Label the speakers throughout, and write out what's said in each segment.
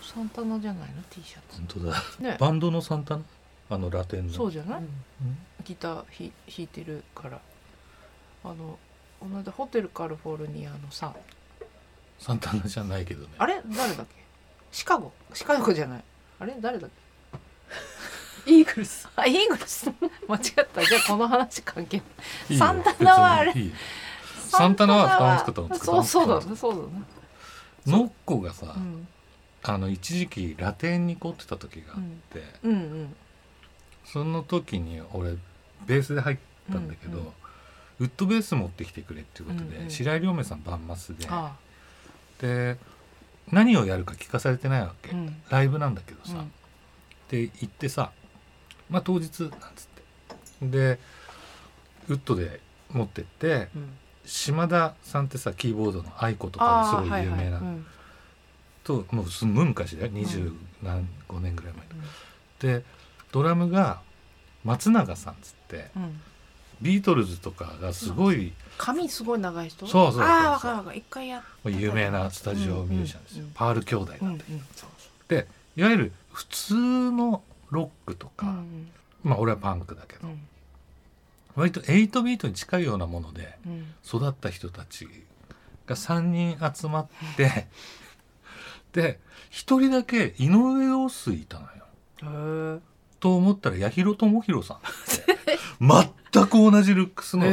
Speaker 1: サンタナじゃないの T シャツ
Speaker 2: 本当だ
Speaker 1: ね
Speaker 2: バンドのサンタナあのラテンの
Speaker 1: そうじゃない、
Speaker 2: うん
Speaker 1: ギターひ弾いてるからあのこの間ホテルカリフォルニアのさ
Speaker 2: サンタナじゃないけどね
Speaker 1: あれ誰だっけシカゴシカゴじゃないあれ誰だっけ
Speaker 3: イーグルス
Speaker 1: あイーグルス 間違ったじゃあこの話関係ない
Speaker 2: いよ
Speaker 1: サンタナはあれ
Speaker 2: 別にいいよサンタナは使わなくても使
Speaker 1: そ
Speaker 2: わ
Speaker 1: う
Speaker 2: なくても
Speaker 1: そうだねそうだね
Speaker 2: ノッコがさ、
Speaker 1: うん
Speaker 2: あの一時期ラテンに凝ってた時があって、
Speaker 1: うんうん
Speaker 2: その時に俺ベースで入ったんだけど、
Speaker 1: うんうん
Speaker 2: ウッドベース持ってきてくれっていうことで、
Speaker 1: うんうん
Speaker 2: 白井亮明さんバンマスで
Speaker 1: あ
Speaker 2: で何をやるか聞かされてないわけ、
Speaker 1: あうん
Speaker 2: ライブなんだけど
Speaker 1: う
Speaker 2: さ、
Speaker 1: ん
Speaker 2: で行ってさまあ当日なんつってでウッドで持ってって
Speaker 1: うん
Speaker 2: 島田さんってさキーボードの愛子とかですごい有
Speaker 1: あ
Speaker 2: 名な、
Speaker 1: ーはいはいうん
Speaker 2: ともうすんごい昔だよ二十何5年ぐらい前、でドラムが松永さんっつって
Speaker 1: うん
Speaker 2: ビートルズとかがすごい
Speaker 1: 髪すごい長い人
Speaker 2: そうそうそうそう
Speaker 1: ああわかるわかる一回やっ
Speaker 2: もう有名なスタジオミュージシャンですよ、
Speaker 1: うんうん
Speaker 2: パール兄弟
Speaker 1: う
Speaker 2: なん
Speaker 1: うんん
Speaker 2: て、
Speaker 1: そうそ
Speaker 2: でいわゆる普通のロックと
Speaker 1: うう
Speaker 2: か、
Speaker 1: ん
Speaker 2: まあ俺はパンクだけ
Speaker 1: う
Speaker 2: ど、
Speaker 1: ん
Speaker 2: 割と8ビートに近いようなもので
Speaker 1: うん
Speaker 2: 育った人たちが3人集まって で一人だけ井上陽水いたのよ。
Speaker 1: へ
Speaker 2: と思ったら八尋智弘さ んって全く同じルックス
Speaker 1: え
Speaker 2: の、
Speaker 1: へ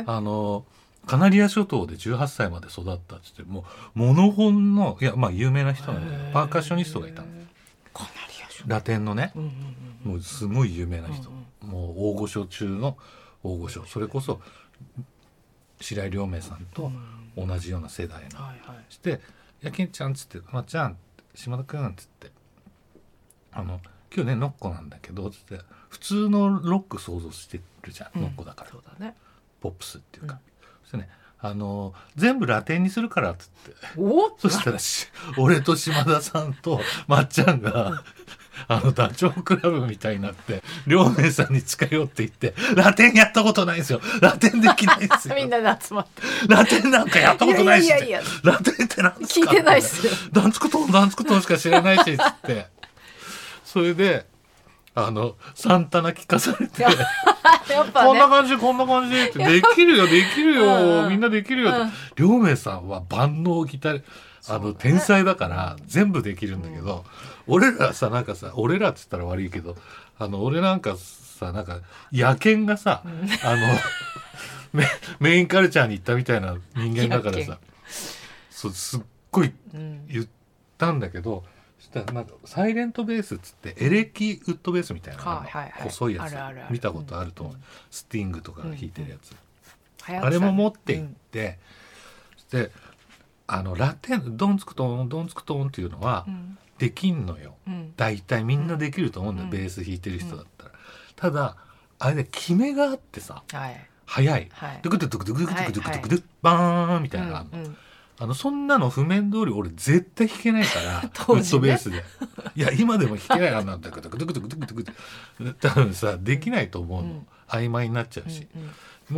Speaker 1: え
Speaker 2: あのカナリア諸島で18歳まで育ったっつってもうモノホンのいやまあ有名な人なんでパーカッショニストがいたの
Speaker 1: カナリア書
Speaker 2: ラテンのね
Speaker 1: うんうんうん
Speaker 2: もうすごい有名な人、
Speaker 1: うん
Speaker 2: もう大御所中の大御所それこそ白井亮明さん
Speaker 1: う
Speaker 2: と
Speaker 1: ん
Speaker 2: 同じような世代の
Speaker 1: はいはい
Speaker 2: して「やけんちゃん」っつって「まっちゃん島田くん」っつって「あの今日ねノッコなんだけど」っつって普通のロック想像してるじゃ
Speaker 1: う
Speaker 2: ん、
Speaker 1: ん
Speaker 2: ノッコだから
Speaker 1: そうだね
Speaker 2: ポップスっていうか、
Speaker 1: うん
Speaker 2: そしてねあの全部ラテンにするからっつって
Speaker 1: お
Speaker 2: そしたらし俺と島田さんとまっちゃんがあのダチョウ倶楽部みたいになって両面さんに近寄っていってラテンやったことないんですよラテンできないんですよ
Speaker 1: みんなで集まって
Speaker 2: ラテンなんかやったことないし
Speaker 1: いやいやいや
Speaker 2: ラテンってなんです
Speaker 1: 聞い
Speaker 2: か
Speaker 1: てないっすよ
Speaker 2: ダンツクトンダンツクトンしか知らないしっつってそれであのサンタナ聞かされて、
Speaker 1: やっぱ
Speaker 2: こん
Speaker 1: ね
Speaker 2: な感じこんな感じってできるよできる
Speaker 1: うんう
Speaker 2: よ
Speaker 1: ん
Speaker 2: みんなできるよって両名さんは万能ギターあ
Speaker 1: そうだ
Speaker 2: の
Speaker 1: ね
Speaker 2: 天才だから全部できるんだけど、俺らさなんかさ俺らっつったら悪いけどあの俺なんかさなんか野犬がさ、あのメメインカルチャーに行ったみたいな人間だから
Speaker 1: 野
Speaker 2: さそうすっごい
Speaker 1: うん
Speaker 2: 言ったんだけどそしたらなんかサイレントベースっつってエレキウッドベースみたいなの
Speaker 1: はいはいはい
Speaker 2: 細いやつ
Speaker 1: あるあるある
Speaker 2: 見たことあると思う、
Speaker 1: うん
Speaker 2: スティングとかが弾いてるやつ、
Speaker 1: 流行ってたね
Speaker 2: あれも持って行って、そしてあのラテンドンツクトンドンツクトンっていうのは
Speaker 1: うん
Speaker 2: できんのよ、
Speaker 1: うんうん
Speaker 2: 大体みんなできると思うんだよ、
Speaker 1: うん
Speaker 2: ベース弾いてる人だったら、ただあれね決めがあってさ
Speaker 1: はい
Speaker 2: 早い。
Speaker 1: はい
Speaker 2: ドゥクドゥクドゥクドゥクドゥクドゥクドゥクドゥクバーンみたいなのがあるの
Speaker 1: うんうん
Speaker 2: あの、そんなの譜面通り俺絶対弾けないから、
Speaker 1: 当時ね
Speaker 2: ウッドベースで。いや、今でも弾けないあんなんだけど、ドクドクドクドクドクドク多分さ、できないと思うの。
Speaker 1: うん
Speaker 2: 曖昧になっちゃうし。
Speaker 1: うん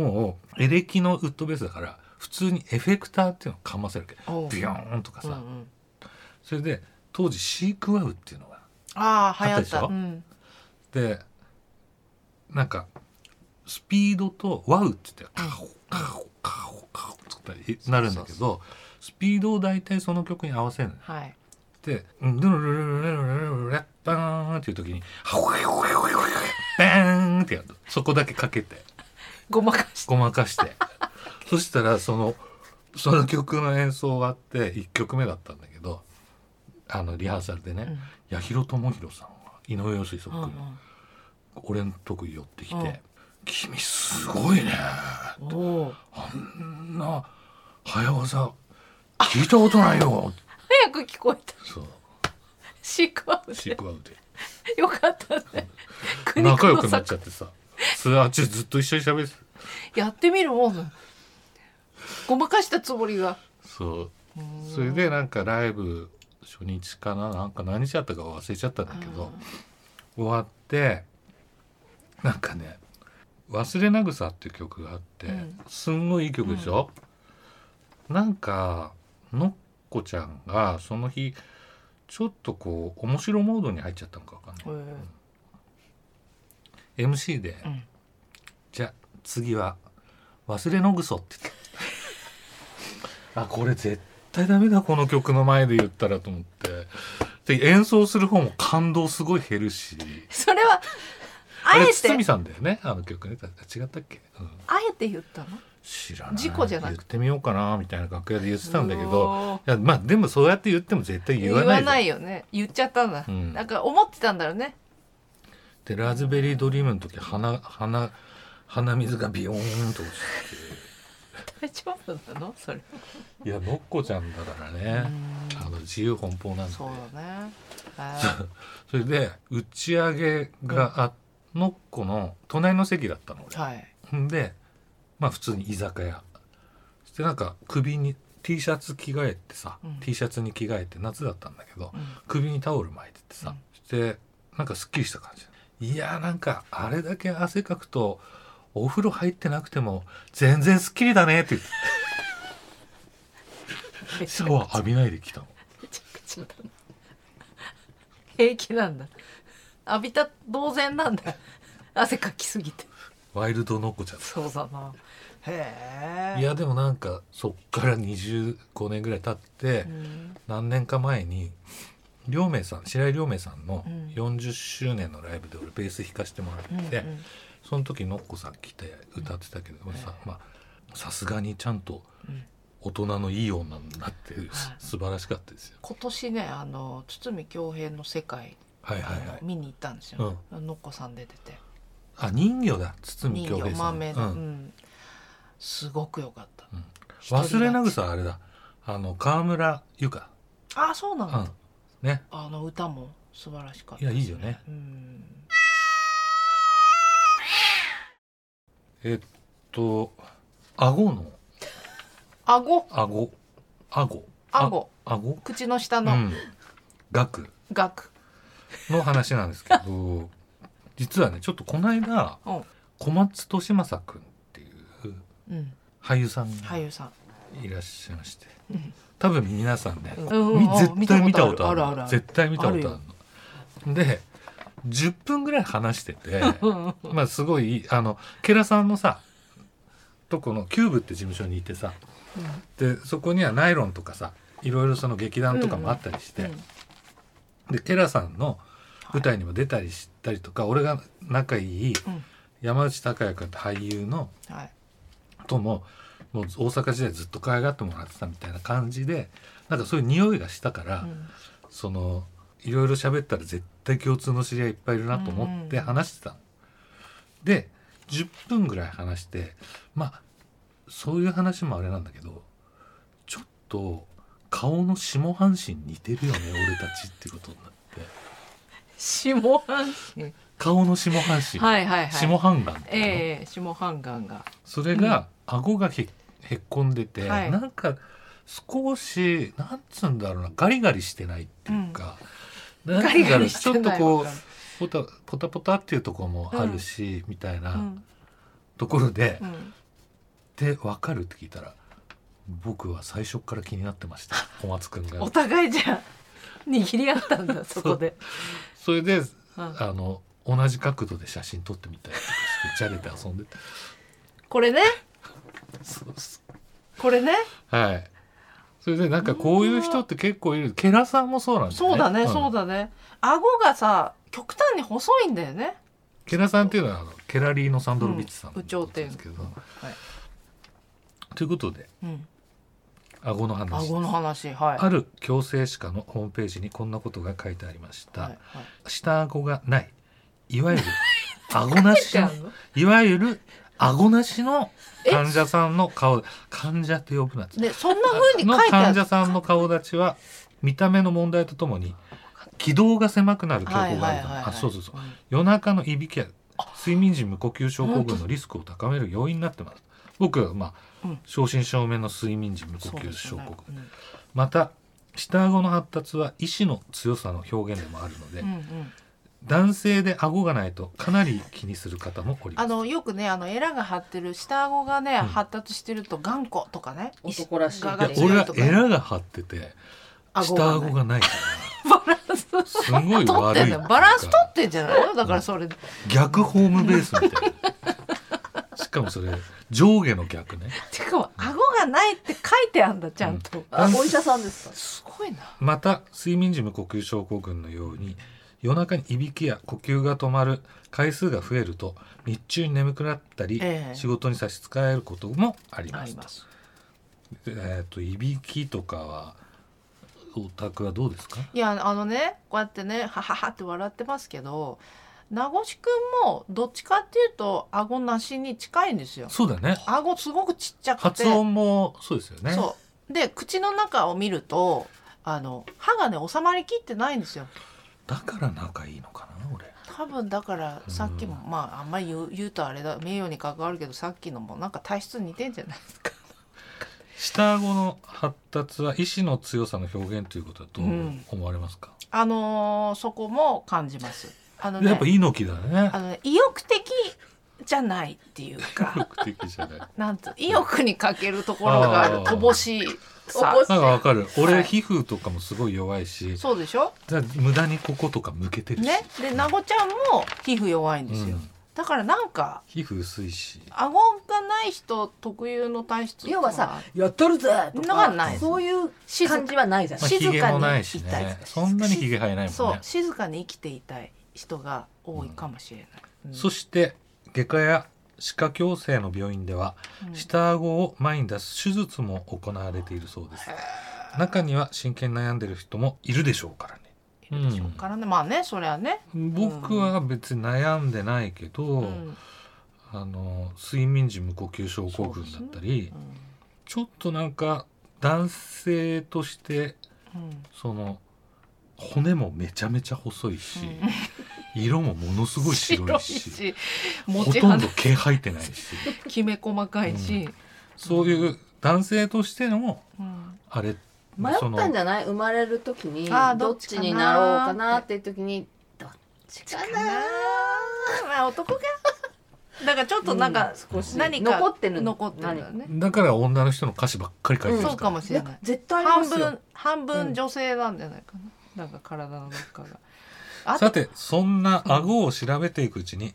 Speaker 1: うん
Speaker 2: もう、エレキのウッドベースだから、普通にエフェクターっていうのをかませるわけ
Speaker 1: おう
Speaker 2: ビヨーンとか
Speaker 1: うんう
Speaker 2: さ。
Speaker 1: ん
Speaker 2: それで、当時、シークワウっていうのが。
Speaker 1: ああ流行った
Speaker 2: あったでしょ
Speaker 1: うん
Speaker 2: で、なんか、スピードとワウって言って、カホカホカホカホってなるんだけど、スピードを大体その曲に合わせるのよ
Speaker 1: はい
Speaker 2: で、うんドゥルルルルルルルルルバーンっていう時に、ハワイハワイハワイハワイバーンってやると。そこだけかけて、
Speaker 1: ごまかして
Speaker 2: ごまかして。そしたら、その、その曲の演奏があって、1曲目だったんだけど、あの、リハーサルでね、八尋智弘さんは、井上陽水そっくりの、俺のとこ寄ってき
Speaker 1: うん
Speaker 2: て、君すごいね。
Speaker 1: うんおお
Speaker 2: あんな、早技、聞いたことないよ。
Speaker 1: 早く聞こえた
Speaker 2: そう、
Speaker 1: シークワウ
Speaker 2: シークワウで。
Speaker 1: よかった ね苦肉
Speaker 2: 仲良
Speaker 1: の
Speaker 2: くなっちゃっ てさそれあっちずっと一緒に喋って
Speaker 1: やってみるもんごまかしたつもりが
Speaker 2: そうそれでなんかライブ初日かななんか何日だったか忘れちゃったんだけど終わってなんかね「忘れなぐさ」っていう曲があって、
Speaker 1: うん
Speaker 2: すんごいいい曲でしょ、なんかのっこちゃんがその日ちょっとこう面白モードに入っちゃったのかわかんない、
Speaker 1: へえ
Speaker 2: MC で、
Speaker 1: うん
Speaker 2: じゃあ次は「忘れのぐそ」って言ったあ これ絶対ダメだこの曲の前で言ったらと思ってで演奏する方も感動すごい減るし
Speaker 1: それはあ
Speaker 2: あ
Speaker 1: え
Speaker 2: れ
Speaker 1: て
Speaker 2: 堤さんだよねあの曲ねた違ったっけ、うん
Speaker 1: あえて言ったの
Speaker 2: 知らない
Speaker 1: 事故じゃなくて
Speaker 2: 言ってみようかなみたいな楽屋で言ってたんだけ
Speaker 1: う
Speaker 2: ど
Speaker 1: おー
Speaker 2: いやまあでもそうやって言っても絶対言
Speaker 1: 言
Speaker 2: わな
Speaker 1: わ
Speaker 2: いじゃん
Speaker 1: ないよね言っちゃったんだ、
Speaker 2: うん
Speaker 1: なんか思ってたんだろうね
Speaker 2: でラズベリードリームの時鼻鼻鼻水がビヨーンと落ち
Speaker 1: 大丈夫なのそれ
Speaker 2: ていやのっこちゃんだからね
Speaker 1: うん
Speaker 2: あの自由奔放なんで
Speaker 1: そうだ ねあ
Speaker 2: それで打ち上げがあ、のっこの隣の席だったの
Speaker 1: ーはい
Speaker 2: 俺んでまあ普通に居酒屋そしてなんか首に T シャツ着替えてさ、
Speaker 1: うん
Speaker 2: T シャツに着替えて夏だったんだけど
Speaker 1: うん
Speaker 2: 首にタオル巻いててさ、
Speaker 1: うん
Speaker 2: そしてなんかすっきりした感じいやーなんかあれだけ汗かくとお風呂入ってなくても全然すっきりだねって言ってシャワー浴びないで来たの
Speaker 1: めちゃくちゃだな平気なんだ浴びた同然なんだ汗かきすぎて
Speaker 2: ワイルドノッコちゃん
Speaker 1: そうだなへえ
Speaker 2: いやでもなんかそっから25年ぐらい経って、
Speaker 1: うん
Speaker 2: 何年か前に亮明さん白井亮明さんの
Speaker 1: うん
Speaker 2: 40周年のライブで俺ベース弾かしてもらって、
Speaker 1: うんうん
Speaker 2: その時のっこさん来て歌ってたけど、さまあさすがにちゃんと
Speaker 1: うん
Speaker 2: 大人のいい女になってる、
Speaker 1: はい
Speaker 2: 素晴らしかったですよ。
Speaker 1: 今年ねあの堤恭平の世界
Speaker 2: はいはいはい。
Speaker 1: 見に行ったんですよ、のっこさん出てて
Speaker 2: あ人魚だ堤
Speaker 1: 人
Speaker 2: 恭
Speaker 1: 形
Speaker 2: 平さん。
Speaker 1: 豆
Speaker 2: う
Speaker 1: の、うん
Speaker 2: ん
Speaker 1: すごく良かった
Speaker 2: うん
Speaker 1: 一人勝ち
Speaker 2: 忘れなぐさあれだあの川村ゆか、
Speaker 1: あそうな
Speaker 2: うん
Speaker 1: だ、
Speaker 2: ん、ね
Speaker 1: あの歌も素晴らしかった
Speaker 2: いやいいよね。
Speaker 1: うん
Speaker 2: えっと顎の
Speaker 1: 顎
Speaker 2: 顎顎
Speaker 1: 顎
Speaker 2: あ顎
Speaker 1: 口の下
Speaker 2: う
Speaker 1: の
Speaker 2: ん、額
Speaker 1: 額、
Speaker 2: の話なんですけ ど実はねちょっとこの間
Speaker 1: うん
Speaker 2: 小松利正君っていう
Speaker 1: うん、
Speaker 2: 俳優さんが
Speaker 1: 俳優さん
Speaker 2: いらっしゃいまして、
Speaker 1: うん
Speaker 2: 多分皆さんね、
Speaker 1: うん
Speaker 2: み
Speaker 1: うん
Speaker 2: 絶対見
Speaker 1: 見
Speaker 2: た
Speaker 1: た
Speaker 2: こ
Speaker 1: ことと
Speaker 2: あ
Speaker 1: あ
Speaker 2: る
Speaker 1: るあるある
Speaker 2: 絶対見たことあるの。で10分ぐらい話して てまあすごいいいあのケラさんのさとこのキューブって事務所にいてさでそこにはナイロンとかさいろいろその劇団とかもあったりして、
Speaker 1: うん
Speaker 2: でケラさんの舞台にも出たりしたりとか、俺が仲いい
Speaker 1: うん
Speaker 2: 山内孝也君って俳優の
Speaker 1: はい
Speaker 2: とももう大阪時代ずっと可愛がってもらってたみたいな感じでなんかそういう匂いがしたから、
Speaker 1: うん
Speaker 2: そのいろいろ喋ったら絶対共通の知り合いいっぱいいるなと思って
Speaker 1: うんうん
Speaker 2: 話してたの。で10分ぐらい話してまあそういう話もあれなんだけどちょっと顔の下半身似てるよね俺たちってことになって。
Speaker 1: 下半身
Speaker 2: 顔の下半身、
Speaker 1: はいはいはい
Speaker 2: 下半眼っていうの、
Speaker 1: ええ下半眼が
Speaker 2: それが顎がへへっこんでて、
Speaker 1: はい
Speaker 2: なんか少しなんつうんだろうなガリガリしてないっていうか、なん
Speaker 1: ガリガリ
Speaker 2: つ
Speaker 1: し
Speaker 2: うん
Speaker 1: て
Speaker 2: だ
Speaker 1: ない
Speaker 2: ろう
Speaker 1: わかる
Speaker 2: ちょっとこうポタポタポタっていうところもあるし、みたいうなんところで、
Speaker 1: うん
Speaker 2: で分かるって聞いたら僕は最初から気になって ました小松君が
Speaker 1: お。互いじゃあ握り合ったんだそこで
Speaker 2: それで
Speaker 1: うん
Speaker 2: あの同じ角度で写真撮ってみたりとかしてじゃれて遊んでて
Speaker 1: これね
Speaker 2: そうそう
Speaker 1: これね
Speaker 2: はい。それでなんかこういう人って結構いる。ケラさんもそうなんだよね。
Speaker 1: そうだね
Speaker 2: ん
Speaker 1: そうだね顎がさ極端に細いんだよね
Speaker 2: ケラさんっていうのはあのケラリーのサンドロビッチさん
Speaker 1: うん
Speaker 2: のことですけど。ということで
Speaker 1: うん
Speaker 2: 顎の話です
Speaker 1: 顎の話はい
Speaker 2: ある矯正歯科のホームページにこんなことが書いてありました。
Speaker 1: はいはい
Speaker 2: 下顎がない。いわゆる顎なし
Speaker 1: 書い
Speaker 2: の
Speaker 1: てあんの
Speaker 2: いわゆる顎なしの患者さんの顔患者と呼ぶなって
Speaker 1: ねそんな風に
Speaker 2: の
Speaker 1: 書いてある
Speaker 2: 患者さんの顔立ちは見た目の問題とともに気道が狭くなる傾
Speaker 1: はい
Speaker 2: 向が
Speaker 1: は
Speaker 2: あ
Speaker 1: い
Speaker 2: る
Speaker 1: はい
Speaker 2: と
Speaker 1: はい
Speaker 2: あそうそうそう
Speaker 1: うん
Speaker 2: 夜中のいびきや睡眠時無呼吸症候群のリスクを高める要因になってます僕はまあ、
Speaker 1: うん
Speaker 2: 正真正銘の睡眠時無呼
Speaker 1: そう
Speaker 2: 吸
Speaker 1: です
Speaker 2: 症
Speaker 1: よ
Speaker 2: 候
Speaker 1: ね
Speaker 2: 群、
Speaker 1: うん
Speaker 2: また下顎の発達は意志の強さの表現でもあるので、
Speaker 1: うんうん
Speaker 2: 男性で顎がないとかなり気にする方もおりま
Speaker 1: あ
Speaker 2: す
Speaker 1: のよくねあのエラが張ってる下顎がね、
Speaker 2: ん
Speaker 1: 発達してると頑固とかね
Speaker 3: 男らしい
Speaker 1: が
Speaker 2: いや
Speaker 1: が
Speaker 2: 俺
Speaker 1: 強い
Speaker 2: は
Speaker 1: とか
Speaker 2: エラが張ってて
Speaker 1: 顎
Speaker 2: 下
Speaker 1: が
Speaker 2: 顎がないから
Speaker 1: バ
Speaker 2: すごい
Speaker 1: 取っ
Speaker 2: 悪
Speaker 1: てん
Speaker 2: い
Speaker 1: だよバランス取ってんじゃないのだからそれで
Speaker 2: 逆ホームベースみたいなしかもそれ上下の逆ね
Speaker 1: てかも顎がないって書いてあんだちゃんと、
Speaker 2: あ
Speaker 3: お医者さんですか
Speaker 1: すごいな
Speaker 2: また睡眠時無呼吸症候群のように夜中にいびきや呼吸が止まる回数が増えると日中に眠くなったり、
Speaker 1: ええ
Speaker 2: 仕事に差し支えることもあり
Speaker 1: あ
Speaker 2: ます
Speaker 1: り
Speaker 2: と
Speaker 1: ます
Speaker 2: えー、といびきとかはお宅はどうですか
Speaker 1: いやあのねこうやってねはははって笑ってますけど名越くんもどっちかっていうと顎なしに近いんですよ
Speaker 2: そうだね
Speaker 1: 顎すごくちっちゃくて
Speaker 2: 発音もそうですよね
Speaker 1: そうで口の中を見るとあの歯がね収まりきってないんですよ
Speaker 2: だから仲いいのかな俺
Speaker 1: 多分だからさっきも、まああんまり言う言うとあれだ名誉に関わるけどさっきのもなんか体質似てんじゃないですか、
Speaker 2: 下顎の発達は意志の強さの表現ということはどう
Speaker 1: うん
Speaker 2: 思われますか、
Speaker 1: あのーそこも感じますあのね
Speaker 2: やっぱ猪木だね
Speaker 1: あのね意欲的じゃないっていう か
Speaker 2: 目的じゃない
Speaker 1: なんと意欲に欠けるところがある
Speaker 2: あー
Speaker 1: 乏しいさ
Speaker 3: 乏し
Speaker 2: なんかわかる
Speaker 1: は
Speaker 2: 俺
Speaker 1: い
Speaker 2: 皮膚とかもすごい弱いし、
Speaker 1: そうでしょ
Speaker 2: だから無駄にこことか向けてるし、
Speaker 1: ねで名護ちゃんも皮膚弱いん
Speaker 2: う
Speaker 1: ですよ、
Speaker 2: ん、
Speaker 1: だからなんか
Speaker 2: 皮膚薄いし
Speaker 1: 顎がない人特有の体質
Speaker 3: 要はさ「やっとるぜ!」と
Speaker 1: のが
Speaker 3: か
Speaker 1: ない
Speaker 3: そういう
Speaker 1: 静
Speaker 3: 感じはないじゃ
Speaker 2: まあ、
Speaker 3: ない
Speaker 1: 静か
Speaker 2: ひ
Speaker 1: に
Speaker 2: げもないし
Speaker 1: いたいで
Speaker 2: ね
Speaker 1: す
Speaker 2: そんなにひげ生えないもん
Speaker 1: そう
Speaker 2: ね
Speaker 1: 静かに生きていたい人が多いかもしれない、うん
Speaker 2: そして外科や歯科矯正の病院では
Speaker 1: うん
Speaker 2: 下顎を前に出す手術も行われているそうです中には真剣に悩んでる人もいるでしょうからね
Speaker 1: いるでしょうからね、まあねそれはね、
Speaker 2: 僕は別に悩んでないけど、
Speaker 1: うんうん
Speaker 2: あの睡眠時無呼吸症候群だったり、ちょっとなんか男性として
Speaker 1: うん
Speaker 2: その骨もめちゃめちゃ細いし、
Speaker 1: うん
Speaker 2: 色もものすごい白いし
Speaker 1: 白いし
Speaker 2: ほ
Speaker 1: 持ち
Speaker 2: とん
Speaker 1: 肌
Speaker 2: ど毛生えて ないし
Speaker 1: きめ細かいし、
Speaker 2: そういう男性としての
Speaker 1: うん
Speaker 2: あれ
Speaker 3: 迷ったんじ
Speaker 2: ゃ
Speaker 3: ゃない生まれる時に
Speaker 1: あー
Speaker 3: どっちになろうかなっていう時にどっちか
Speaker 1: かな
Speaker 3: な
Speaker 1: ーまあ男が だからちょっとなんか、
Speaker 3: 少し
Speaker 1: 何か
Speaker 3: 残ってる
Speaker 1: 残ってるんだよね
Speaker 2: だから女の人の歌詞ばっかり書いてるんで
Speaker 1: そ
Speaker 2: す
Speaker 1: うか
Speaker 2: か
Speaker 1: もしれない
Speaker 3: 絶対ありま
Speaker 1: 半
Speaker 3: すよ
Speaker 1: 分半
Speaker 3: う
Speaker 1: 分
Speaker 3: ん
Speaker 1: 女性なんじゃないかな、なんか体のどっかがあ
Speaker 2: さてそんな顎を調べていくうちに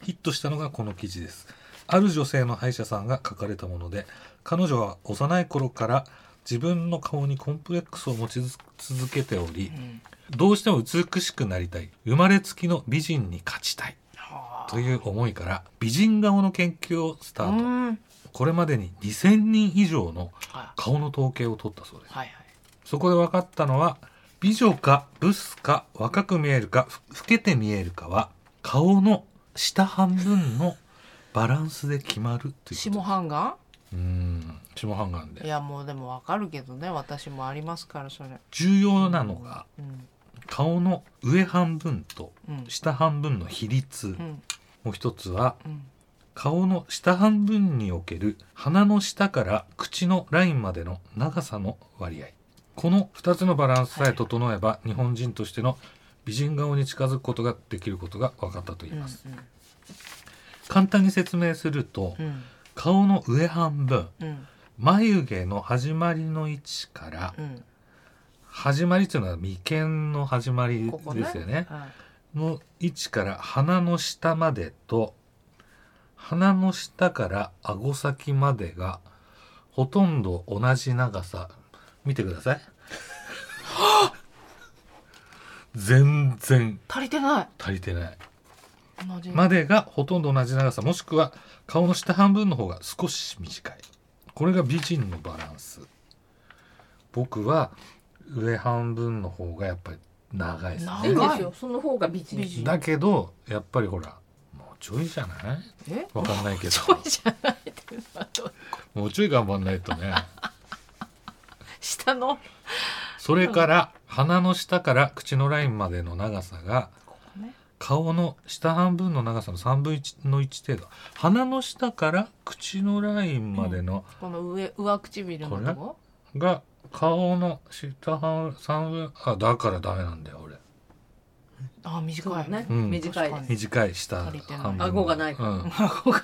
Speaker 2: ヒットしたのがこの記事ですある女性の歯医者さんが書かれたもので彼女は幼い頃から自分の顔にコンプレックスを持ち続けており
Speaker 1: うん
Speaker 2: どうしても美しくなりたい生まれつきの美人に勝ちたい
Speaker 1: はあ
Speaker 2: という思いから美人顔の研究をスタ
Speaker 1: う
Speaker 2: ート
Speaker 1: ん
Speaker 2: これまでに2,000人以上の
Speaker 1: は
Speaker 2: 顔の統計を取ったそうで
Speaker 1: い
Speaker 2: す
Speaker 1: はい
Speaker 2: そこで分かったのは美女かブスか若く見えるかふ老けて見えるかは顔の下半分のバランスで決まるという
Speaker 1: 下
Speaker 2: こと
Speaker 1: 半眼
Speaker 2: うーん下半眼
Speaker 1: い
Speaker 2: で
Speaker 1: やもうでもわかるけどね私もありますからそれ
Speaker 2: 重要なのが
Speaker 1: うん
Speaker 2: 顔の上半分と
Speaker 1: うん
Speaker 2: 下半分の比率
Speaker 1: うん
Speaker 2: もう一つは
Speaker 1: うん
Speaker 2: 顔の下半分における鼻の下から口のラインまでの長さの割合この2つのバランスさえ整えば、日本人としての美人顔に近づくことができることが分かったといい
Speaker 1: うん
Speaker 2: ます、簡単に説明すると、
Speaker 1: うん
Speaker 2: 顔の上半分
Speaker 1: うん
Speaker 2: 眉毛の始まりの位置から
Speaker 1: うん
Speaker 2: 始まりというのは眉間の始まり
Speaker 1: ここ
Speaker 2: ですよね
Speaker 1: は
Speaker 2: の位置から鼻の下までと鼻の下から顎先までがほとんど同じ長さ見てください 全然
Speaker 1: い足りてない
Speaker 2: 足りてない
Speaker 1: 同じ
Speaker 2: までがほとんど同じ長さもしくは顔の下半分の方が少し短いこれが美人のバランス僕は上半分の方がやっぱり長いですね
Speaker 1: 長
Speaker 3: いいんですよその方が美人
Speaker 1: 美人
Speaker 2: だけどやっぱりほらもうちょいじゃない
Speaker 1: え
Speaker 2: わかんないけど
Speaker 1: そうじゃないっていうのはどう
Speaker 2: もうちょい頑張んないとね
Speaker 1: 下の
Speaker 2: それから鼻の下から口のラインまでの長さが
Speaker 1: ここね
Speaker 2: 顔の下半分の長さの3分の1程度鼻の下から口のラインまでの
Speaker 1: この上上唇のとこ
Speaker 2: が顔の下半3分あだからダメなんだよ俺
Speaker 1: あ
Speaker 3: そう
Speaker 1: 短い
Speaker 3: ね、
Speaker 2: うん
Speaker 3: 短
Speaker 1: 確
Speaker 3: い
Speaker 1: か
Speaker 3: で
Speaker 1: に
Speaker 3: す
Speaker 2: 短い下
Speaker 1: 足りてない
Speaker 2: 半分
Speaker 3: 顎がない
Speaker 2: か、
Speaker 3: からら
Speaker 2: うん、
Speaker 1: 顎が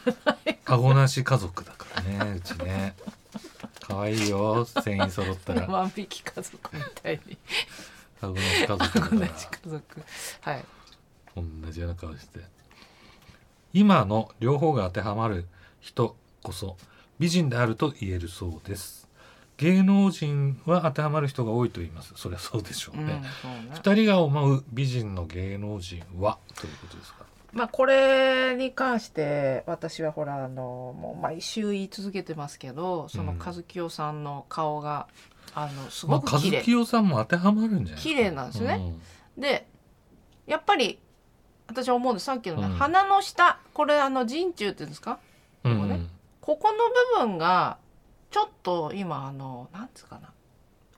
Speaker 2: 顎なし家族だからねうちね 可愛いよ全員揃ったら
Speaker 1: 万引き家族みたいに
Speaker 2: あごなし家
Speaker 1: あ
Speaker 2: 族だか
Speaker 1: こんな
Speaker 2: ら
Speaker 1: 家族はい
Speaker 2: 同じような顔して今の両方が当てはまる人こそ美人であると言えるそうです芸能人は当てはまる人が多いと言いますそりゃそうでしょう
Speaker 1: うん
Speaker 2: ね、
Speaker 1: そうね
Speaker 2: 二人が思う美人の芸能人はということですか
Speaker 1: まあこれに関して私はほらあのもう毎週言い続けてますけどその
Speaker 2: うん
Speaker 1: 和清さんの顔があのす
Speaker 2: まあ
Speaker 1: ご
Speaker 2: 和
Speaker 1: く綺麗、
Speaker 2: 清さんも当てはまるんじゃない
Speaker 1: 綺麗なんですよね、でやっぱり私は思うんですさっきのね、
Speaker 2: うん
Speaker 1: 鼻の下これあの人中っていうんですか
Speaker 2: うん
Speaker 1: ここねここの部分がちょっと今あのなんつうかな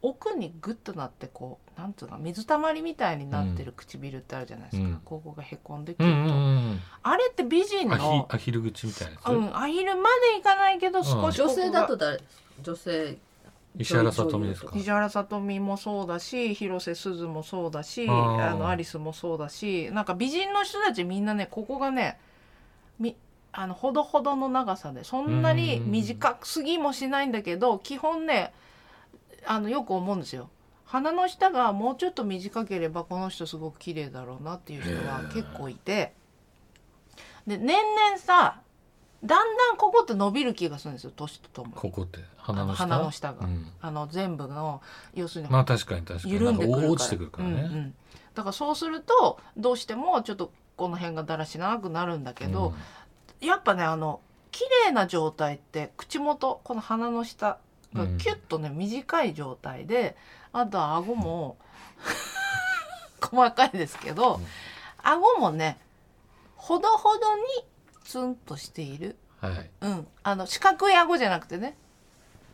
Speaker 1: 奥にグッとなってこうなんつうか水たまりみたいになってる唇ってあるじゃないですか、
Speaker 2: うん
Speaker 1: ここがへこんでき
Speaker 2: う
Speaker 1: る
Speaker 2: ん
Speaker 1: と、
Speaker 2: うんうん
Speaker 1: あれって美人
Speaker 2: うんアヒ
Speaker 1: の
Speaker 2: アヒル口みたいなやつ、
Speaker 1: うん、アヒルまでいかないけど少しここが
Speaker 3: 女性だと誰ですか女性
Speaker 2: 石原さとみですか
Speaker 1: 藤原さとみもそうだし広瀬すずもそうだし
Speaker 2: あー
Speaker 1: あのアリスもそうだしなんか美人の人たちみんなねここがねみあのほどほどの長さでそんなに短くすぎもしないんだけど基本ねあのよく思うんですよ。鼻の下がもうちょっと短ければこの人すごく綺麗だろうなっていう人は結構いてで年々さだんだんここって伸びる気がするんですよ年とともに。
Speaker 2: ここって
Speaker 1: あ
Speaker 2: 鼻の下
Speaker 1: 鼻の下が、
Speaker 2: うん
Speaker 1: あの全部の要するに
Speaker 2: まあ確かに確かに
Speaker 1: 緩んでくる
Speaker 2: な
Speaker 1: か
Speaker 2: ん
Speaker 1: ら
Speaker 2: か落ちてくるからね、
Speaker 1: うんうんだからそうするとどうしてもちょっとこの辺がだらしなくなるんだけど、やっぱねあの綺麗な状態って口元この鼻の下がキュッとね、短い状態であとは顎も 細かいですけど、
Speaker 2: うん
Speaker 1: 顎もねほどほどにツンとしている
Speaker 2: うんはい
Speaker 1: うん、あの四角い顎じゃなくてね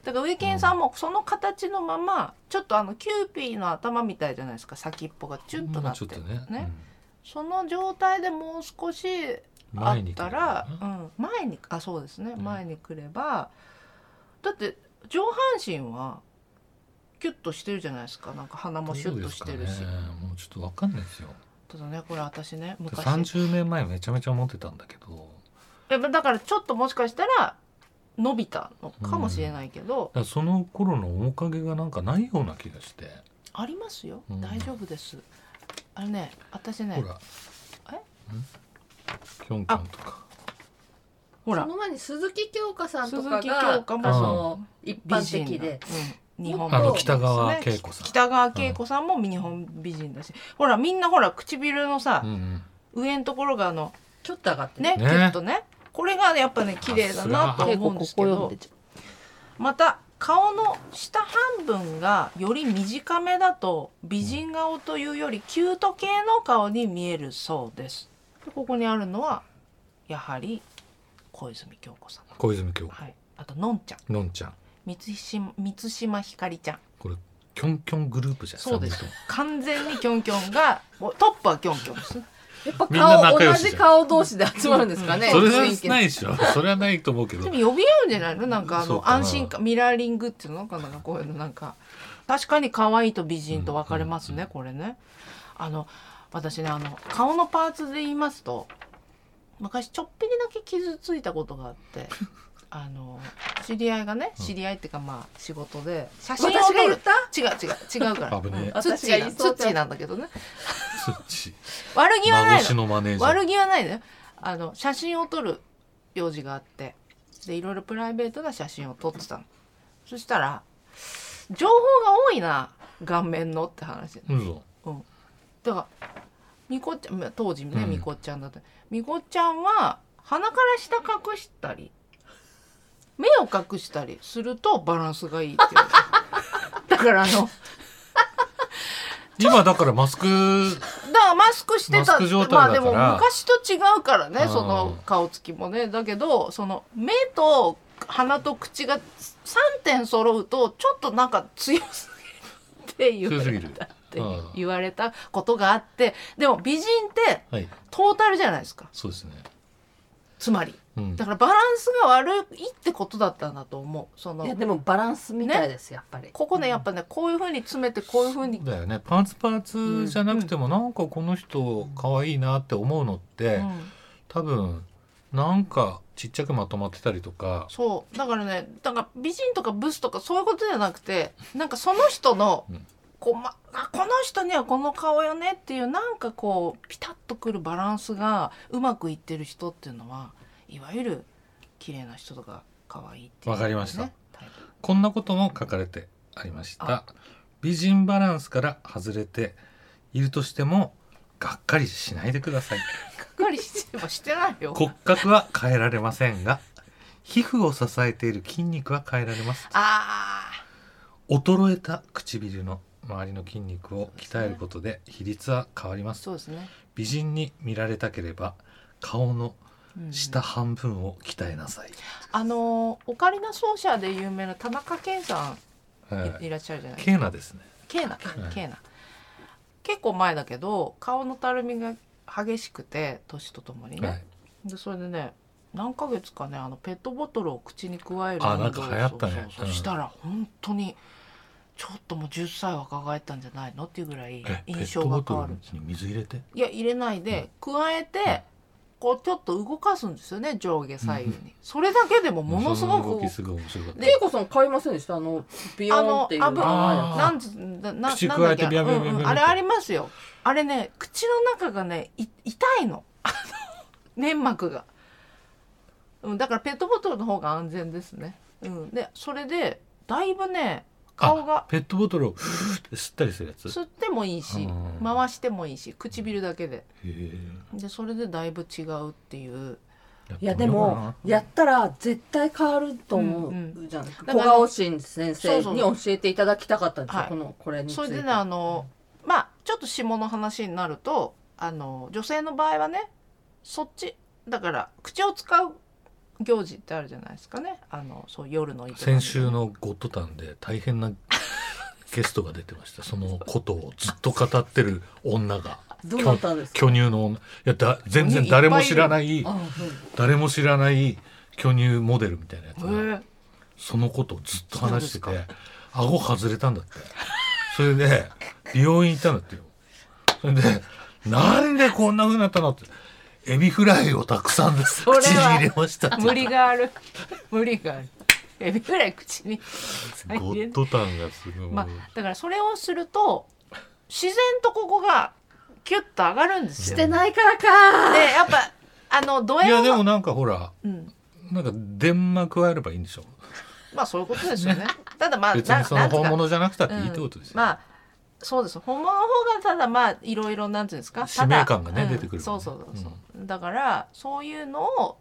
Speaker 1: だからウィキンさんもその形のまま、ちょっとあのキューピーの頭みたいじゃないですか先っぽがチュンとなって
Speaker 2: ちょっとね
Speaker 1: ねその状態でもう少し
Speaker 2: うん
Speaker 1: あ
Speaker 2: 前
Speaker 1: っ
Speaker 2: に来
Speaker 1: た
Speaker 2: る
Speaker 1: ら
Speaker 2: か
Speaker 1: 前に,、うん、前にあそうですね、
Speaker 2: うん
Speaker 1: 前に来ればだって上半身はキュッとしてるじゃないですかなんか鼻
Speaker 2: な
Speaker 1: もシュッとしてるし、
Speaker 2: どうですかねもうちょっとわかんないですよ
Speaker 1: ただねこれ私ね昔
Speaker 2: 30年前めちゃめちゃ思ってたんだけど
Speaker 1: やっぱだからちょっともしかしたら伸びたのかもしれないけど、
Speaker 2: だからその頃の面影がなんかないような気がして、
Speaker 1: ありますよ、
Speaker 2: うん
Speaker 1: 大丈夫ですあれね私ね
Speaker 2: ほら
Speaker 1: え
Speaker 2: んキョンキョンとか
Speaker 1: ほ
Speaker 3: その前に鈴木京香さんと
Speaker 1: 鈴
Speaker 3: か
Speaker 1: 木京香
Speaker 3: が
Speaker 1: も
Speaker 3: あの一般的で、
Speaker 1: うん、日本
Speaker 2: あの
Speaker 1: 美人
Speaker 2: 北川景子
Speaker 1: です
Speaker 2: さ
Speaker 1: ね
Speaker 2: ん
Speaker 1: 北川景子さんも日本美人だし、ほらみんなほら唇のさ
Speaker 2: う、んうん
Speaker 1: 上のところがあの
Speaker 3: ちょっと上がってる
Speaker 1: ね
Speaker 2: ね
Speaker 1: キュッとねこれがやっぱね綺麗だなと
Speaker 2: さすが
Speaker 1: 思うんですけど
Speaker 3: ちゃう
Speaker 1: また顔の下半分がより短めだと美人顔というよりキュート系の顔に見えるそうですでここにあるのはやはり小泉京子さん
Speaker 2: 小泉京
Speaker 1: はい、あとのんちゃん
Speaker 2: 子のんちゃん
Speaker 1: 三島満島ひかりちゃん
Speaker 2: これキョンキョングループじゃん
Speaker 1: そうです
Speaker 2: 三人
Speaker 1: 完全にキョンキョンがもうトップはキョンキョンです
Speaker 3: やっぱ
Speaker 2: みんな
Speaker 3: 顔
Speaker 2: 仲
Speaker 3: 同
Speaker 2: 良しじゃん
Speaker 3: じ顔同士で集まるんですかね。
Speaker 2: ともそれ
Speaker 3: 雰囲
Speaker 2: は
Speaker 3: 気
Speaker 2: ないでしょそれはないと思うけ
Speaker 1: で
Speaker 2: ど
Speaker 1: も呼び合うんじゃないのなんかあ
Speaker 2: そ
Speaker 1: の
Speaker 2: うかな
Speaker 1: 安心感ミラーリングっていうのかなこういうのなんか確かに可愛いと美人と分かれますね、
Speaker 2: うんうん
Speaker 1: これねあの私ねあの顔のパーツで言いますと昔ちょっぴりだけ傷ついたことがあってあの知り合いがね知り合いっていうかまあ仕事で写真を
Speaker 3: 私が
Speaker 1: 撮
Speaker 3: 言
Speaker 1: る
Speaker 3: った
Speaker 1: 違う違う違う から
Speaker 2: 危ねえ
Speaker 1: うんツッチーな
Speaker 3: 私が言い
Speaker 1: ツ
Speaker 3: そ
Speaker 1: ッ
Speaker 3: う
Speaker 1: チーなんだけどね
Speaker 2: そっち
Speaker 1: 悪気はな
Speaker 2: 孫
Speaker 1: いの
Speaker 2: 子のマネージャー
Speaker 1: 悪気はないのよあの写真を撮る用事があってでいろいろプライベートな写真を撮ってたのそしたら「情報が多いな顔面の」って話
Speaker 2: うんぞ
Speaker 1: だからみこちゃんまあ当時ね
Speaker 2: うん
Speaker 1: みこちゃんだってみこちゃんは鼻から下隠したり目を隠したりするとバランスがいいっていう だからあのだか
Speaker 2: 今だからマスク
Speaker 1: らマスクして
Speaker 2: マス
Speaker 1: た
Speaker 2: ク状態
Speaker 1: まあで
Speaker 2: だ
Speaker 1: も
Speaker 2: から
Speaker 1: 昔と違うからね
Speaker 2: うん
Speaker 1: その顔つきもねだけどその目と鼻と口が3点揃うとちょっとなんか強すぎるって言わ
Speaker 2: 強すぎ
Speaker 1: れ
Speaker 2: る
Speaker 1: たって
Speaker 2: うん
Speaker 1: 言われたことがあってでも美人って
Speaker 2: はい
Speaker 1: トータルじゃないですか
Speaker 2: そうですね
Speaker 1: つまり
Speaker 2: うん
Speaker 1: だからバランスが悪いってことだったんだと思うその
Speaker 3: いやでもバランスみたいです、やっぱり。
Speaker 1: ここねやっぱねこういうふうに詰めてこういうふうに、
Speaker 2: だよねパーツパーツじゃなくてもなんかこの人可愛いなって思うのって
Speaker 1: うん
Speaker 2: 多分なんかちっちゃくまとまってたりとか
Speaker 1: そうだからねだから美人とかブスとかそういうことじゃなくてなんかその人の
Speaker 2: うん
Speaker 1: こう、ま、あこの人にはこの顔よねっていうなんかこうピタッとくるバランスがうまくいってる人っていうのはいわゆる綺麗な人とか可愛いっていう、
Speaker 2: わかりました
Speaker 1: ねタイプ
Speaker 2: こんなことも書かれてありまし
Speaker 1: あ
Speaker 2: た美人バランスから外れているとしてもがっかりしないでください
Speaker 1: がっかりしてはしてないよ
Speaker 2: 骨格は変えられませんが皮膚を支えている筋肉は変えられます
Speaker 1: あ
Speaker 2: 衰えた唇の周りの筋肉を鍛えることで比率は変わりま
Speaker 1: ー
Speaker 2: す
Speaker 1: そうですね、
Speaker 2: 美人に見られたければ顔の
Speaker 1: うん
Speaker 2: 下半分を鍛えなさい、
Speaker 1: あのーオカリナ奏者で有名な田中健さんい,、、
Speaker 2: はいい、
Speaker 1: らっしゃるじゃないです
Speaker 2: ケ
Speaker 1: か
Speaker 2: ーナですね
Speaker 1: ケーナ
Speaker 2: い
Speaker 1: ケーナ結構前だけど顔のたるみが激しくて年とともにね、
Speaker 2: はい、
Speaker 1: でそれでね何ヶ月かねあのペットボトルを口に加える
Speaker 2: あなんか流行ったね
Speaker 1: そうそうそう
Speaker 2: うん
Speaker 1: したら本当にちょっともう10歳若返ったんじゃないのっていうぐらい
Speaker 2: えペ
Speaker 1: 印象
Speaker 2: ット
Speaker 1: が
Speaker 2: ボ
Speaker 1: 変
Speaker 2: ト
Speaker 1: わ
Speaker 2: ル
Speaker 1: る
Speaker 2: に水入れて
Speaker 1: いや入れないで、加えて、
Speaker 2: うん
Speaker 1: こうちょっと動かすんですよね上下左右に、それだけでもものすご
Speaker 2: その動
Speaker 1: く
Speaker 2: きすごい面白かった
Speaker 1: で
Speaker 3: 恵子さん買いませんでしたあのビヨ
Speaker 1: あ
Speaker 3: ーンっ
Speaker 1: の
Speaker 3: ていう
Speaker 1: あぶ
Speaker 2: あー
Speaker 1: なんつなな
Speaker 2: 口
Speaker 1: なんだっけ
Speaker 2: くわえてビャンビャンビャン
Speaker 1: うんうん
Speaker 2: ビャン
Speaker 1: あれありますよあれね口の中がねい痛いのあの粘膜が、うん、だからペットボトルの方が安全ですね、うん、でそれでだいぶね顔
Speaker 2: あ
Speaker 1: が
Speaker 2: ペットボトルをふーって吸ったりするやつ
Speaker 1: 吸ってもいいし
Speaker 2: うん
Speaker 1: 回してもいいし唇だけで
Speaker 2: へー
Speaker 1: でそれでだいぶ違うっていう
Speaker 2: やっ
Speaker 3: い
Speaker 2: て
Speaker 3: やで
Speaker 2: みようか
Speaker 3: も
Speaker 2: な
Speaker 3: やったら絶対変わると思
Speaker 1: う
Speaker 3: うん
Speaker 1: う
Speaker 3: じゃないですか
Speaker 1: だ
Speaker 3: 小
Speaker 1: から
Speaker 3: 顔心先生
Speaker 1: そう
Speaker 3: に
Speaker 1: そ
Speaker 3: 教えていただきたかったんですよ
Speaker 1: はい
Speaker 3: このこれについ
Speaker 1: そ
Speaker 3: て
Speaker 1: れでねあのまあちょっと下の話になるとあの女性の場合はねそっちだから口を使う行事ってあるじゃないですかねあのそう夜の営み
Speaker 2: 先週の「ゴッドタン」で大変なゲストが出てましたそのことをずっと語ってる女が
Speaker 3: どうなったんですか
Speaker 2: 巨乳の女いやだ全然誰も知らない
Speaker 3: あ
Speaker 2: 誰も知らない巨乳モデルみたいなやつ
Speaker 1: へ
Speaker 2: が、
Speaker 1: ー
Speaker 2: そのことをずっと話してて
Speaker 1: そうで
Speaker 2: 顎外れたんだってそれで美容院行ったんだってよそれでなんでこんな風になったのってエビフライをたくさん口
Speaker 1: れは
Speaker 2: に入れましたって
Speaker 1: 無理がある 無理があるエビぐらい口に
Speaker 2: ゴッドタンがすごい、
Speaker 1: まあだからそれをすると自然とここがキュッと上がるんです
Speaker 3: し
Speaker 1: よ。
Speaker 3: て
Speaker 1: で
Speaker 3: ないからか
Speaker 1: やっぱあのド
Speaker 2: い
Speaker 1: エ
Speaker 2: や
Speaker 1: ン
Speaker 2: でもなんかほら
Speaker 1: うん、
Speaker 2: なんか電話加えればいいんでしょ
Speaker 1: まあそういうことですよね。ただまあ
Speaker 2: 別にその
Speaker 1: なんつう
Speaker 2: 本
Speaker 1: か
Speaker 2: 物じゃなくたっていいってことですよ、
Speaker 1: うんまあそうです本物の方がただまあいろいろなんていうんですか
Speaker 2: 使命感がね
Speaker 1: ただ
Speaker 2: 出てくるも
Speaker 1: そ
Speaker 2: ん
Speaker 1: う
Speaker 2: ね
Speaker 1: そうそうそう、だからそういうのを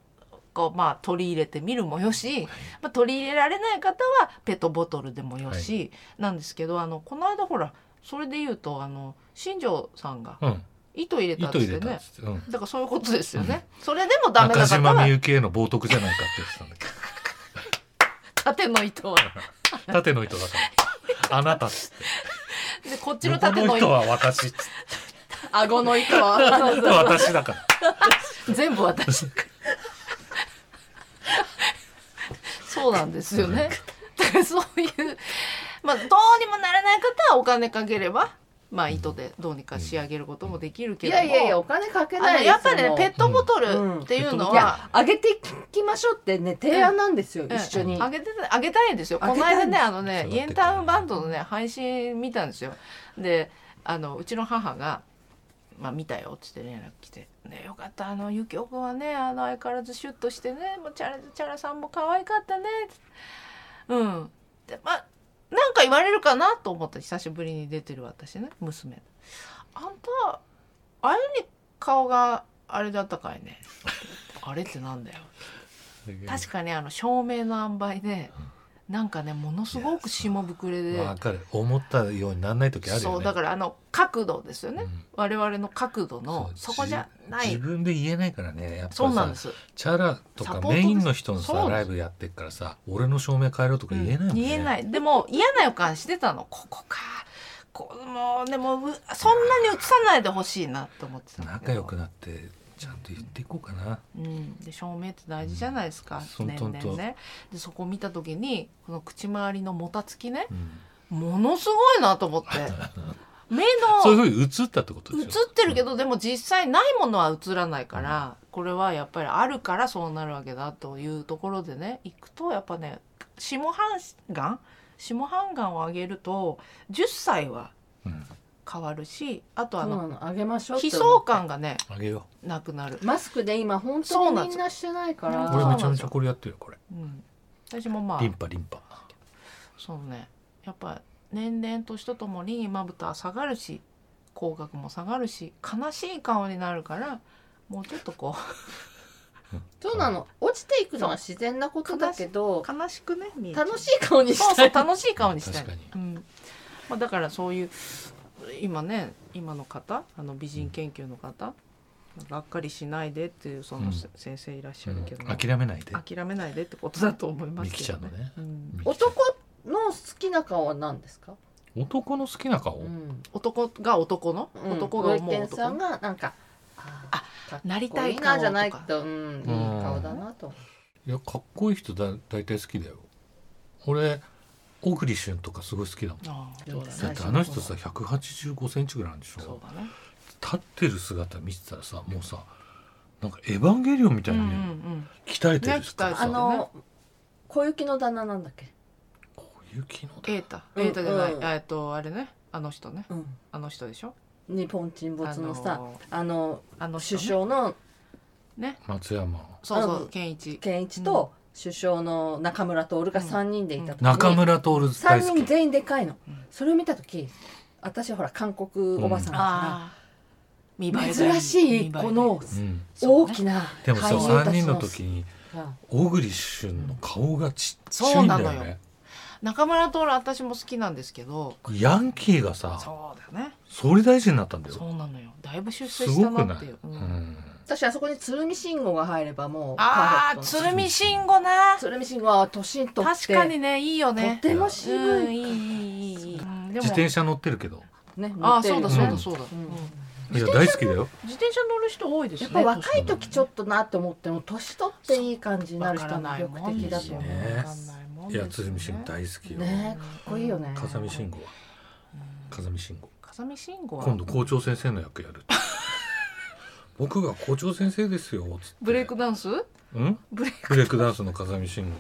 Speaker 1: こうまあ取り入れてみるもよし、まあ、取り入れられない方はペットボトルでもよし、なんですけどあのこの間ほらそれで言うとあの新庄さんが
Speaker 2: うん、
Speaker 1: 糸入れたっ
Speaker 2: 糸
Speaker 1: つって
Speaker 2: 入れたっ
Speaker 1: ね
Speaker 2: つって、うん、
Speaker 1: だからそういうことですよね、それでもダメ
Speaker 2: 中
Speaker 1: な方
Speaker 2: 島み
Speaker 1: は
Speaker 2: ゆきへの冒涜じゃないかって言ってたんだけ
Speaker 1: 縦の糸は
Speaker 2: ど縦の糸だからあなたっつって
Speaker 1: でこっちの
Speaker 2: 横
Speaker 1: 縦の
Speaker 2: の人
Speaker 1: 糸
Speaker 2: は私っつって
Speaker 3: 顎の糸は
Speaker 2: 本当は私だから
Speaker 1: 全部私そうなんですよねだからそういうまあどうにもならない方はお金かければまあ糸でどうにか仕上げることもできる
Speaker 3: い
Speaker 1: けれど
Speaker 3: や
Speaker 1: も、
Speaker 3: いやいやお金かけ
Speaker 1: あ
Speaker 3: な
Speaker 1: の
Speaker 3: い
Speaker 1: やっぱりね
Speaker 3: もう
Speaker 1: ペットボトルっていうの
Speaker 2: ト
Speaker 3: いや
Speaker 1: は、
Speaker 3: 上げていきましょうってね提案なんですよ、
Speaker 1: うん
Speaker 3: 一緒に、
Speaker 1: あげてたあげたいんですよこ
Speaker 3: あげ
Speaker 1: の
Speaker 3: たい
Speaker 1: 間
Speaker 3: ん
Speaker 1: ね
Speaker 3: です
Speaker 1: あのね
Speaker 2: 育て
Speaker 1: イ
Speaker 2: て
Speaker 1: エンタウンバンドのね配信見たんですよであのうちの母が「まあ、見たよ」っつって連絡来て「ね、よかったあのゆきおくんはねあの相変わらずシュッとしてねもうチャラチャラさんも可愛かったね」うんでまあなんか言われるかなと思って久しぶりに出てる私ね娘あんたあれに顔があれだったかいねあれってなんだよ確かにあの照明の塩梅でなんかねものすごく下ぶくれで、
Speaker 2: わかる思ったようにならない時あるよね
Speaker 1: そうだからあの角度ですよね、
Speaker 2: うん
Speaker 1: 我々の角度の
Speaker 2: そ
Speaker 1: そうこじゃな
Speaker 2: 自
Speaker 1: い
Speaker 2: 分で言えないからねやっぱ
Speaker 1: そうなんで
Speaker 2: さ
Speaker 1: す
Speaker 2: チャラと
Speaker 1: サ
Speaker 2: か
Speaker 1: ポートで
Speaker 2: メ
Speaker 1: す
Speaker 2: インの人のさ
Speaker 1: そうです
Speaker 2: ライブやってっからさ俺の照明変えろとか言えないもんね
Speaker 1: 言えないでも嫌な予感してたのここかこうもうでもうそんなに映さないでほしいなと思ってたんだけ
Speaker 2: 仲
Speaker 1: ど
Speaker 2: 良くなってちゃんと言っていこうかな
Speaker 1: うん、で照明って大事じゃないですか、
Speaker 2: うん
Speaker 1: 年
Speaker 2: そう
Speaker 1: 々ねでそこ見た時にこの口周りのもたつきね
Speaker 2: うん
Speaker 1: ものすごいなと思って 目の
Speaker 2: そういうふうに映ったってこと
Speaker 1: 映
Speaker 2: で
Speaker 1: っ
Speaker 2: しょ
Speaker 1: てるけどでも実際ないものは映らないから、これはやっぱりあるからそうなるわけだというところでね行くとやっぱね下半眼下半眼を上げると10歳は
Speaker 2: うん
Speaker 1: 変わるしあと
Speaker 3: そ
Speaker 1: あ
Speaker 3: うな
Speaker 1: の
Speaker 3: のあげましょうって
Speaker 1: 悲壮感がね
Speaker 2: あげよ
Speaker 1: なくなる、
Speaker 3: マスクで今本
Speaker 1: そう
Speaker 3: 当
Speaker 1: なんです
Speaker 3: にみんなしてないか
Speaker 2: う
Speaker 1: あ
Speaker 3: ら
Speaker 1: ー
Speaker 2: これめちゃめちゃこれやってるよこれ
Speaker 1: うん、私もまあ
Speaker 2: リンパリンパ
Speaker 1: そうねやっぱ年々年とともにまぶたは下がるし口角も下がるし悲しい顔になるからもうちょっとこ
Speaker 3: そうなの落ちていくのは自然なことだけど
Speaker 1: う悲しくね見えちゃう
Speaker 3: 楽しい顔に
Speaker 1: そうそ
Speaker 3: した
Speaker 1: う
Speaker 3: い
Speaker 1: 楽しい顔にしたい
Speaker 2: 確かに
Speaker 1: うんまあ、だからそういう今ね今の方あの美人研究の方、がっかりしないでっていうその、
Speaker 2: うん
Speaker 1: せ先生いらっしゃ
Speaker 2: う
Speaker 1: る
Speaker 2: ん
Speaker 1: けど、
Speaker 2: 諦めないで
Speaker 1: 諦めないでってことだと思いま
Speaker 2: ミ
Speaker 1: す
Speaker 2: キ
Speaker 1: け
Speaker 2: ちゃ
Speaker 1: ど
Speaker 2: んのね
Speaker 1: うん、
Speaker 3: 男の好きな顔は何ですか、
Speaker 2: 男の好きな顔、
Speaker 3: うん
Speaker 1: 男が男の、男が思う
Speaker 3: ご意見さ
Speaker 1: 男
Speaker 3: ん
Speaker 1: の
Speaker 3: がなんかあー
Speaker 1: なりたい
Speaker 3: か
Speaker 1: 顔と
Speaker 3: っこな
Speaker 1: か
Speaker 3: じゃないと、うん、いい顔だなと、
Speaker 2: いやかっこいい人だ大体好きだよ俺小栗旬とかすごい好きだもん
Speaker 1: ああ
Speaker 3: そうだね
Speaker 2: だってあの人さ1 8 5ンチぐらいなんでし
Speaker 1: そ
Speaker 2: ょ
Speaker 1: うだね
Speaker 2: 立ってる姿見てたらさもうさなんか「エヴァンゲリオン」みたいなね、
Speaker 1: うんうん
Speaker 2: 鍛えてる
Speaker 1: ね
Speaker 2: し
Speaker 1: 鍛えて
Speaker 2: さ
Speaker 1: るそ
Speaker 3: あ
Speaker 1: うだね
Speaker 3: の小雪の旦那なんだっけ、
Speaker 2: こういう機能だ
Speaker 1: エータエータじゃない、
Speaker 3: うん
Speaker 1: えっとあれねあの人ね
Speaker 3: うん、
Speaker 1: あの人でしょ
Speaker 3: 日本沈没の
Speaker 1: あ
Speaker 3: さ
Speaker 1: の
Speaker 3: あの
Speaker 1: あの人
Speaker 3: 首
Speaker 1: ね
Speaker 3: 相の
Speaker 2: 松山
Speaker 1: そうそ
Speaker 3: あ
Speaker 1: う
Speaker 3: の
Speaker 1: 健一
Speaker 3: 健一と首相の中村徹が三人でいた時に、
Speaker 2: 中村徹
Speaker 3: 三
Speaker 2: 大好
Speaker 3: 人
Speaker 2: き
Speaker 3: 全員でかいの、
Speaker 1: うん
Speaker 3: それを見た時私ほら韓国おばさんだか
Speaker 1: ああ見
Speaker 3: ら、
Speaker 1: 栄えが
Speaker 3: 珍し
Speaker 1: 見栄え
Speaker 3: い
Speaker 1: が
Speaker 3: この
Speaker 2: うん、
Speaker 3: 大きな
Speaker 2: でもさ
Speaker 3: 俳優た
Speaker 2: 3
Speaker 3: ち
Speaker 2: 人
Speaker 3: の
Speaker 2: の時に
Speaker 3: うん
Speaker 2: 小栗旬の顔がちっちゃいんだよ
Speaker 1: そうなの
Speaker 2: ね
Speaker 1: 中村徹私も好きなんですけど
Speaker 2: ヤンキーがさ
Speaker 1: そうだよね
Speaker 2: 総理大臣になったんだよ
Speaker 1: そうなのよだいぶ出世
Speaker 2: す
Speaker 1: し
Speaker 2: ご
Speaker 1: た
Speaker 2: く
Speaker 1: なっ
Speaker 2: な
Speaker 1: て
Speaker 2: い、
Speaker 1: いう、
Speaker 2: う
Speaker 1: うん
Speaker 2: ん、
Speaker 3: 私あそこに鶴見信吾が入ればもう
Speaker 1: あ
Speaker 3: パーフェ
Speaker 1: あ
Speaker 3: クト
Speaker 1: 鶴見慎吾な
Speaker 3: 鶴見信吾は年取って
Speaker 1: 確かにねいいよね
Speaker 3: とても渋い、
Speaker 1: うんいいいいいいいい、うん、で
Speaker 2: 自転車乗ってるけど
Speaker 3: ね
Speaker 1: あ
Speaker 3: 乗
Speaker 1: あ
Speaker 3: ってる
Speaker 1: そう
Speaker 3: よ
Speaker 1: だ
Speaker 3: ね
Speaker 1: そうだそうだ、
Speaker 3: うん
Speaker 1: うん
Speaker 2: いや大好きだよ
Speaker 1: 自転車乗る人多いです
Speaker 3: や
Speaker 1: ね
Speaker 3: っぱ若い時ちょっとなって思っても年取っていい感じになる人は魅力的だと思う
Speaker 1: わ
Speaker 2: わからないもんね
Speaker 1: かんないもんで
Speaker 2: い
Speaker 1: すね
Speaker 2: や鶴見慎吾大好きよ、
Speaker 3: ねかっこいいよね
Speaker 2: 風見慎吾は風見慎吾
Speaker 1: 風見慎吾は
Speaker 2: 今度校長先生の役や るって僕が校長先生ですよつって
Speaker 1: ブレイクダンス
Speaker 2: うん
Speaker 1: ブレイ
Speaker 2: ブレイクダンスの風見慎吾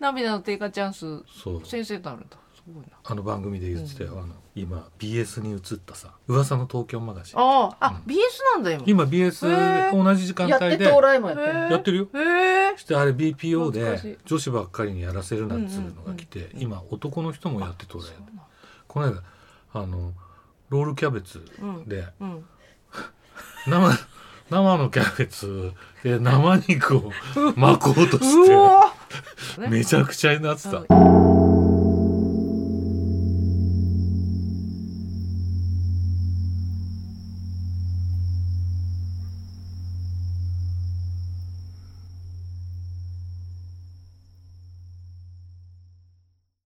Speaker 1: 涙の低下チャンス
Speaker 2: そう
Speaker 1: 先生となるんだすごいな
Speaker 2: あの番組で言ってたよ、あの今 BS に移ったさ噂の東京マガジン
Speaker 1: あーあ、
Speaker 2: うん
Speaker 1: BS なんだ今
Speaker 2: 今
Speaker 1: へ
Speaker 2: BS
Speaker 1: ー
Speaker 2: 同じ時間
Speaker 3: やって
Speaker 2: 帯
Speaker 3: て
Speaker 2: で
Speaker 3: おらいもやって
Speaker 1: へ
Speaker 3: る
Speaker 1: ー
Speaker 2: やってるよ
Speaker 1: へえ
Speaker 2: してあれ BPO
Speaker 1: 懐かしい
Speaker 2: で女子ばっかりにやらせるなっつうのが来て、
Speaker 1: うんうん
Speaker 2: 今男の人もやってておら
Speaker 1: そう
Speaker 2: よ
Speaker 1: なんだ
Speaker 2: この間あのロールキャベツ
Speaker 1: うん
Speaker 2: で
Speaker 1: うん
Speaker 2: 生生のキャベツで生肉を巻こうと
Speaker 1: う
Speaker 2: し
Speaker 1: わ
Speaker 2: てめちゃくちゃになって
Speaker 1: う
Speaker 2: た
Speaker 1: ん